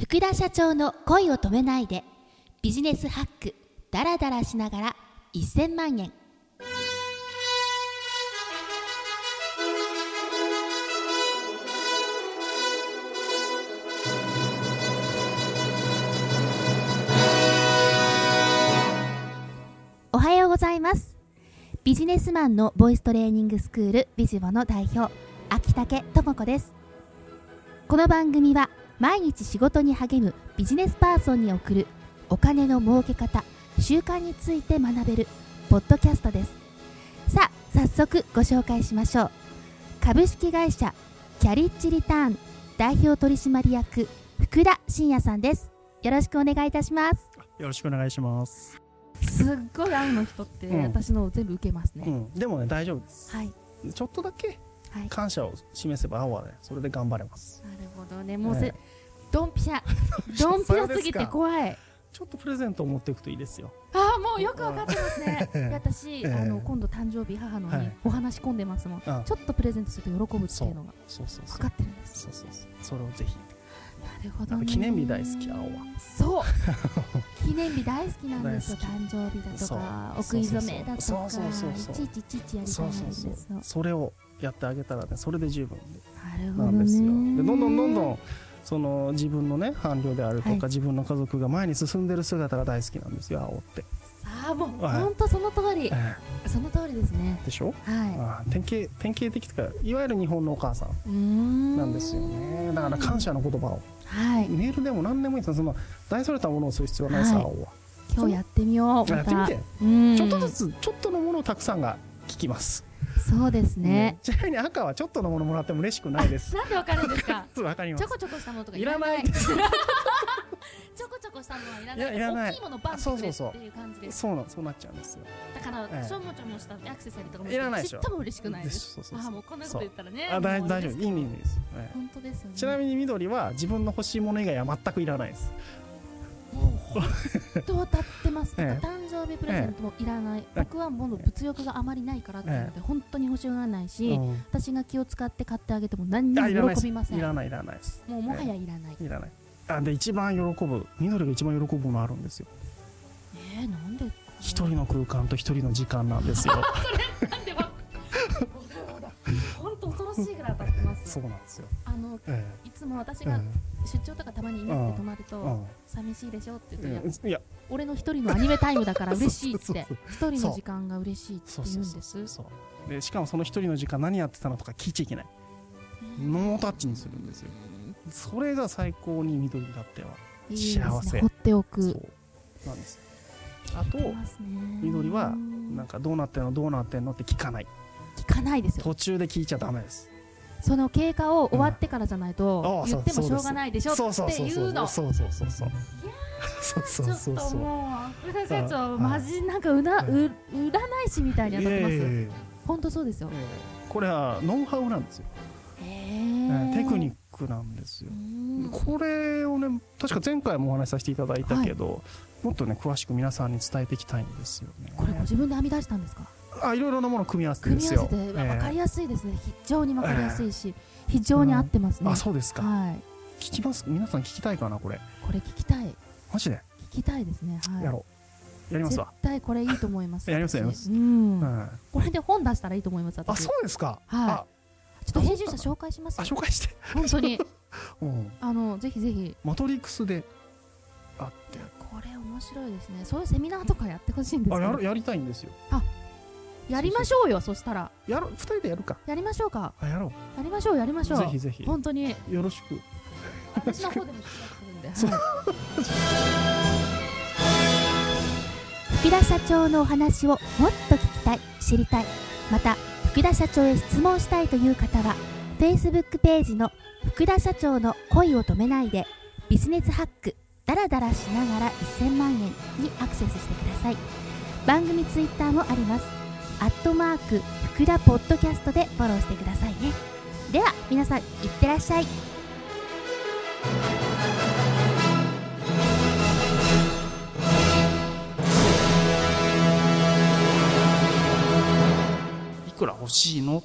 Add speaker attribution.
Speaker 1: 福田社長の恋を止めないでビジネスハックダラダラしながら1000万円おはようございますビジネスマンのボイストレーニングスクールビジボの代表秋竹智子ですこの番組は毎日仕事に励むビジネスパーソンに送るお金の儲け方習慣について学べるポッドキャストですさあ早速ご紹介しましょう株式会社キャリッジリターン代表取締役福田真也さんですよろしくお願いいたします
Speaker 2: よろしくお願いします。
Speaker 1: すっごい愛の人って
Speaker 2: うん
Speaker 1: 私のを全部受けますね、
Speaker 2: うん、でもね、大丈夫です。
Speaker 1: はい
Speaker 2: ちょっとだけ
Speaker 1: はい
Speaker 2: 感謝を示せば、青はね、それで頑張れます。
Speaker 1: なるほどねもう
Speaker 2: え
Speaker 1: せ
Speaker 2: え
Speaker 1: ドンピシャドンピシャすぎ
Speaker 2: それで
Speaker 1: て
Speaker 2: か
Speaker 1: 怖い
Speaker 2: ちょっとプレゼントを持っていくといいですよ。
Speaker 1: ああもうよくわかってますねで私、
Speaker 2: ええ
Speaker 1: あの今度誕生日母の
Speaker 2: は
Speaker 1: に
Speaker 2: い
Speaker 1: お話し込んでますもん、
Speaker 2: あ
Speaker 1: ちょっとプレゼントすると喜ぶっていうのが
Speaker 2: そうそうそ
Speaker 1: 分
Speaker 2: う。
Speaker 1: かってるんです
Speaker 2: そうそうそう。それをぜひ。
Speaker 1: なるほど
Speaker 2: なん
Speaker 1: ね
Speaker 2: か記念日大好き、青は。
Speaker 1: そう記念日大好きなんですよ
Speaker 2: 大
Speaker 1: 誕生日だとかお
Speaker 2: そう
Speaker 1: 食い初めだと
Speaker 2: そ
Speaker 1: か
Speaker 2: うそうそうそう
Speaker 1: いちいちいちいちやりたい
Speaker 2: そ
Speaker 1: ん
Speaker 2: う
Speaker 1: です
Speaker 2: そう
Speaker 1: よ
Speaker 2: そう。それをやってあげたらね、それで十分
Speaker 1: なるほ
Speaker 2: な
Speaker 1: ど
Speaker 2: ん
Speaker 1: ね
Speaker 2: ですよ。で、どんどんどんどん。その自分のね伴侶であるとか、
Speaker 1: はい
Speaker 2: 自分の家族が前に進んでる姿が大好きなんですよ青って、
Speaker 1: ああもう
Speaker 2: はい
Speaker 1: 本当その通り
Speaker 2: え
Speaker 1: その通りですね
Speaker 2: えでしょ
Speaker 1: は
Speaker 2: ああ典型典型的というかいわゆる日本のお母さん
Speaker 1: いな
Speaker 2: なんですよねだから感謝の言葉を
Speaker 1: はい
Speaker 2: メールでも何でもいいんですよその大それたものをする必要はないさ、
Speaker 1: はい
Speaker 2: 青は
Speaker 1: 今日やってみよう
Speaker 2: や
Speaker 1: ま
Speaker 2: ってみ
Speaker 1: た
Speaker 2: て、
Speaker 1: うん
Speaker 2: ちょっとずつちょっとのものをたくさんが聞きます、
Speaker 1: そうですね
Speaker 2: うんちなみに赤はちょっとのものもらっても嬉しくないです
Speaker 1: なんでわかるんですか
Speaker 2: わかりま
Speaker 1: ちょ
Speaker 2: す
Speaker 1: こちょこしたものとか
Speaker 2: いらない
Speaker 1: いらないちょこちょこしたものはいらない
Speaker 2: いやいらない
Speaker 1: 大きいものバンってくれっていう感じです
Speaker 2: そうなんそうなっちゃうんですよ
Speaker 1: だから、
Speaker 2: ええ
Speaker 1: ちょもちょもしたアクセサリーとかも
Speaker 2: いらないでしょ
Speaker 1: ちっとも嬉しくないです
Speaker 2: そうそう
Speaker 1: あ
Speaker 2: そ
Speaker 1: あ
Speaker 2: う
Speaker 1: もうこんなこと言ったらね
Speaker 2: あ大
Speaker 1: もう
Speaker 2: 大丈
Speaker 1: 嬉し
Speaker 2: 夫
Speaker 1: く
Speaker 2: いいいいいいです、ええ
Speaker 1: 本当ですよね
Speaker 2: ちなみに緑は自分の欲しいもの以外は全くいらないです
Speaker 1: もう本当当たってます、
Speaker 2: ええ
Speaker 1: なんか誕生日プレゼントもいらない、僕はもう物欲があまりないからっていうので、本当に欲しがらないし、
Speaker 2: うん
Speaker 1: 私が気を使って買ってあげても何に
Speaker 2: あいらな
Speaker 1: も
Speaker 2: いで
Speaker 1: 喜
Speaker 2: す
Speaker 1: びません
Speaker 2: いらないいらないです
Speaker 1: もうもはやいらない、
Speaker 2: いらないあで一番喜ぶ緑が一番喜ぶものあるんですよ
Speaker 1: えー、なんでかな
Speaker 2: 一人の空間と一人の時間なん ですよ
Speaker 1: なんでば本当恐ろしいぐらい当たってます
Speaker 2: そうなんですよ、
Speaker 1: あの
Speaker 2: え
Speaker 1: いつも私
Speaker 2: え
Speaker 1: が出張とかたまにいなくて泊まる
Speaker 2: う
Speaker 1: と
Speaker 2: ん
Speaker 1: 寂しいでしょって言って、いや
Speaker 2: うんいや
Speaker 1: 俺の一人のアニメタイムだから嬉しいっ
Speaker 2: そうそう
Speaker 1: て一人の時間が嬉しいって
Speaker 2: そう
Speaker 1: 言う
Speaker 2: そ
Speaker 1: ん
Speaker 2: う
Speaker 1: で
Speaker 2: そう
Speaker 1: す
Speaker 2: そうでしかもその一人の時間何やってたのとか聞いちゃいけないノータッチにするんですよそれが最高に緑にとってはい
Speaker 1: いですね
Speaker 2: 幸せ
Speaker 1: 放ってお
Speaker 2: そ
Speaker 1: く
Speaker 2: うなんですあと
Speaker 1: いますね
Speaker 2: 緑はなんかどうなってんのどうなってんのって聞かない
Speaker 1: 聞かないですよ
Speaker 2: 途中で聞いちゃダメです
Speaker 1: その経過を終わってからじゃない
Speaker 2: うん
Speaker 1: と
Speaker 2: ああ
Speaker 1: 言ってもし
Speaker 2: そ
Speaker 1: ょ
Speaker 2: う
Speaker 1: うがないでしょって
Speaker 2: そうそうそう
Speaker 1: い
Speaker 2: そうう
Speaker 1: の
Speaker 2: そうそうそうそうそう
Speaker 1: ち
Speaker 2: そう
Speaker 1: ょ
Speaker 2: そ
Speaker 1: っ
Speaker 2: う
Speaker 1: と
Speaker 2: そうそう
Speaker 1: もう宇田社
Speaker 2: う
Speaker 1: 長
Speaker 2: ん
Speaker 1: マジなんかうな
Speaker 2: う
Speaker 1: う占い師みたいに当たってます
Speaker 2: ええ
Speaker 1: 本当そうですよ
Speaker 2: ええこれはノウハウなんですよ、ええテクニックなんですよ
Speaker 1: ク
Speaker 2: これをね確か前回もお話しさせていただいたけど、もっとね詳しく皆さんに伝えていきたいんですよね
Speaker 1: これご自分で編み出したんですか
Speaker 2: あいろいろなものを組み合わせて
Speaker 1: 組
Speaker 2: で
Speaker 1: み
Speaker 2: す
Speaker 1: 合わ
Speaker 2: よ
Speaker 1: せて
Speaker 2: ええ
Speaker 1: 分かりやすいですね非常に分かりやすいし非常に合ってますね
Speaker 2: あそうですか、
Speaker 1: はい
Speaker 2: 聞きます皆さん聞きたいかなこれ
Speaker 1: これ聞きたい
Speaker 2: マジで
Speaker 1: 聞きたいですねはい
Speaker 2: やろう、やります
Speaker 1: 絶
Speaker 2: わ
Speaker 1: 対これいいと思います
Speaker 2: やりますやります
Speaker 1: 私う
Speaker 2: うんん
Speaker 1: これで本出したらいいと思います
Speaker 2: あ
Speaker 1: 私ち
Speaker 2: そ
Speaker 1: ょ
Speaker 2: うですか、
Speaker 1: はい
Speaker 2: あ
Speaker 1: っと編集者紹介します
Speaker 2: あ
Speaker 1: よ
Speaker 2: 紹介して、
Speaker 1: 本当に
Speaker 2: うん、
Speaker 1: あのぜひぜひ
Speaker 2: マトリックスであって
Speaker 1: これ面白いですねそういうセミナーとかやってほしいんです
Speaker 2: あ
Speaker 1: け
Speaker 2: や
Speaker 1: ど
Speaker 2: るやりたいんですよ
Speaker 1: やりましょうよそしたら
Speaker 2: やろう二人でやるか
Speaker 1: やりましょうか
Speaker 2: あやろ
Speaker 1: やりましょうやりまし
Speaker 2: う
Speaker 1: ょう
Speaker 2: ぜひぜひ
Speaker 1: 本当に
Speaker 2: よろしく
Speaker 1: 私の方でも聞き出して
Speaker 2: そ
Speaker 1: るんで。福田社長のお話をもっと聞きたい、知りたい、また福田社長へ質問したいという方は、Facebook ページの福田社長の恋を止めないでビジネスハックダラダラしながら1000万円にアクセスしてください。番組ツイッターもあります。アットマーク福田ポッドキャストでフォローしてくださいね。では皆さんいってらっしゃい。
Speaker 2: いくら欲しいの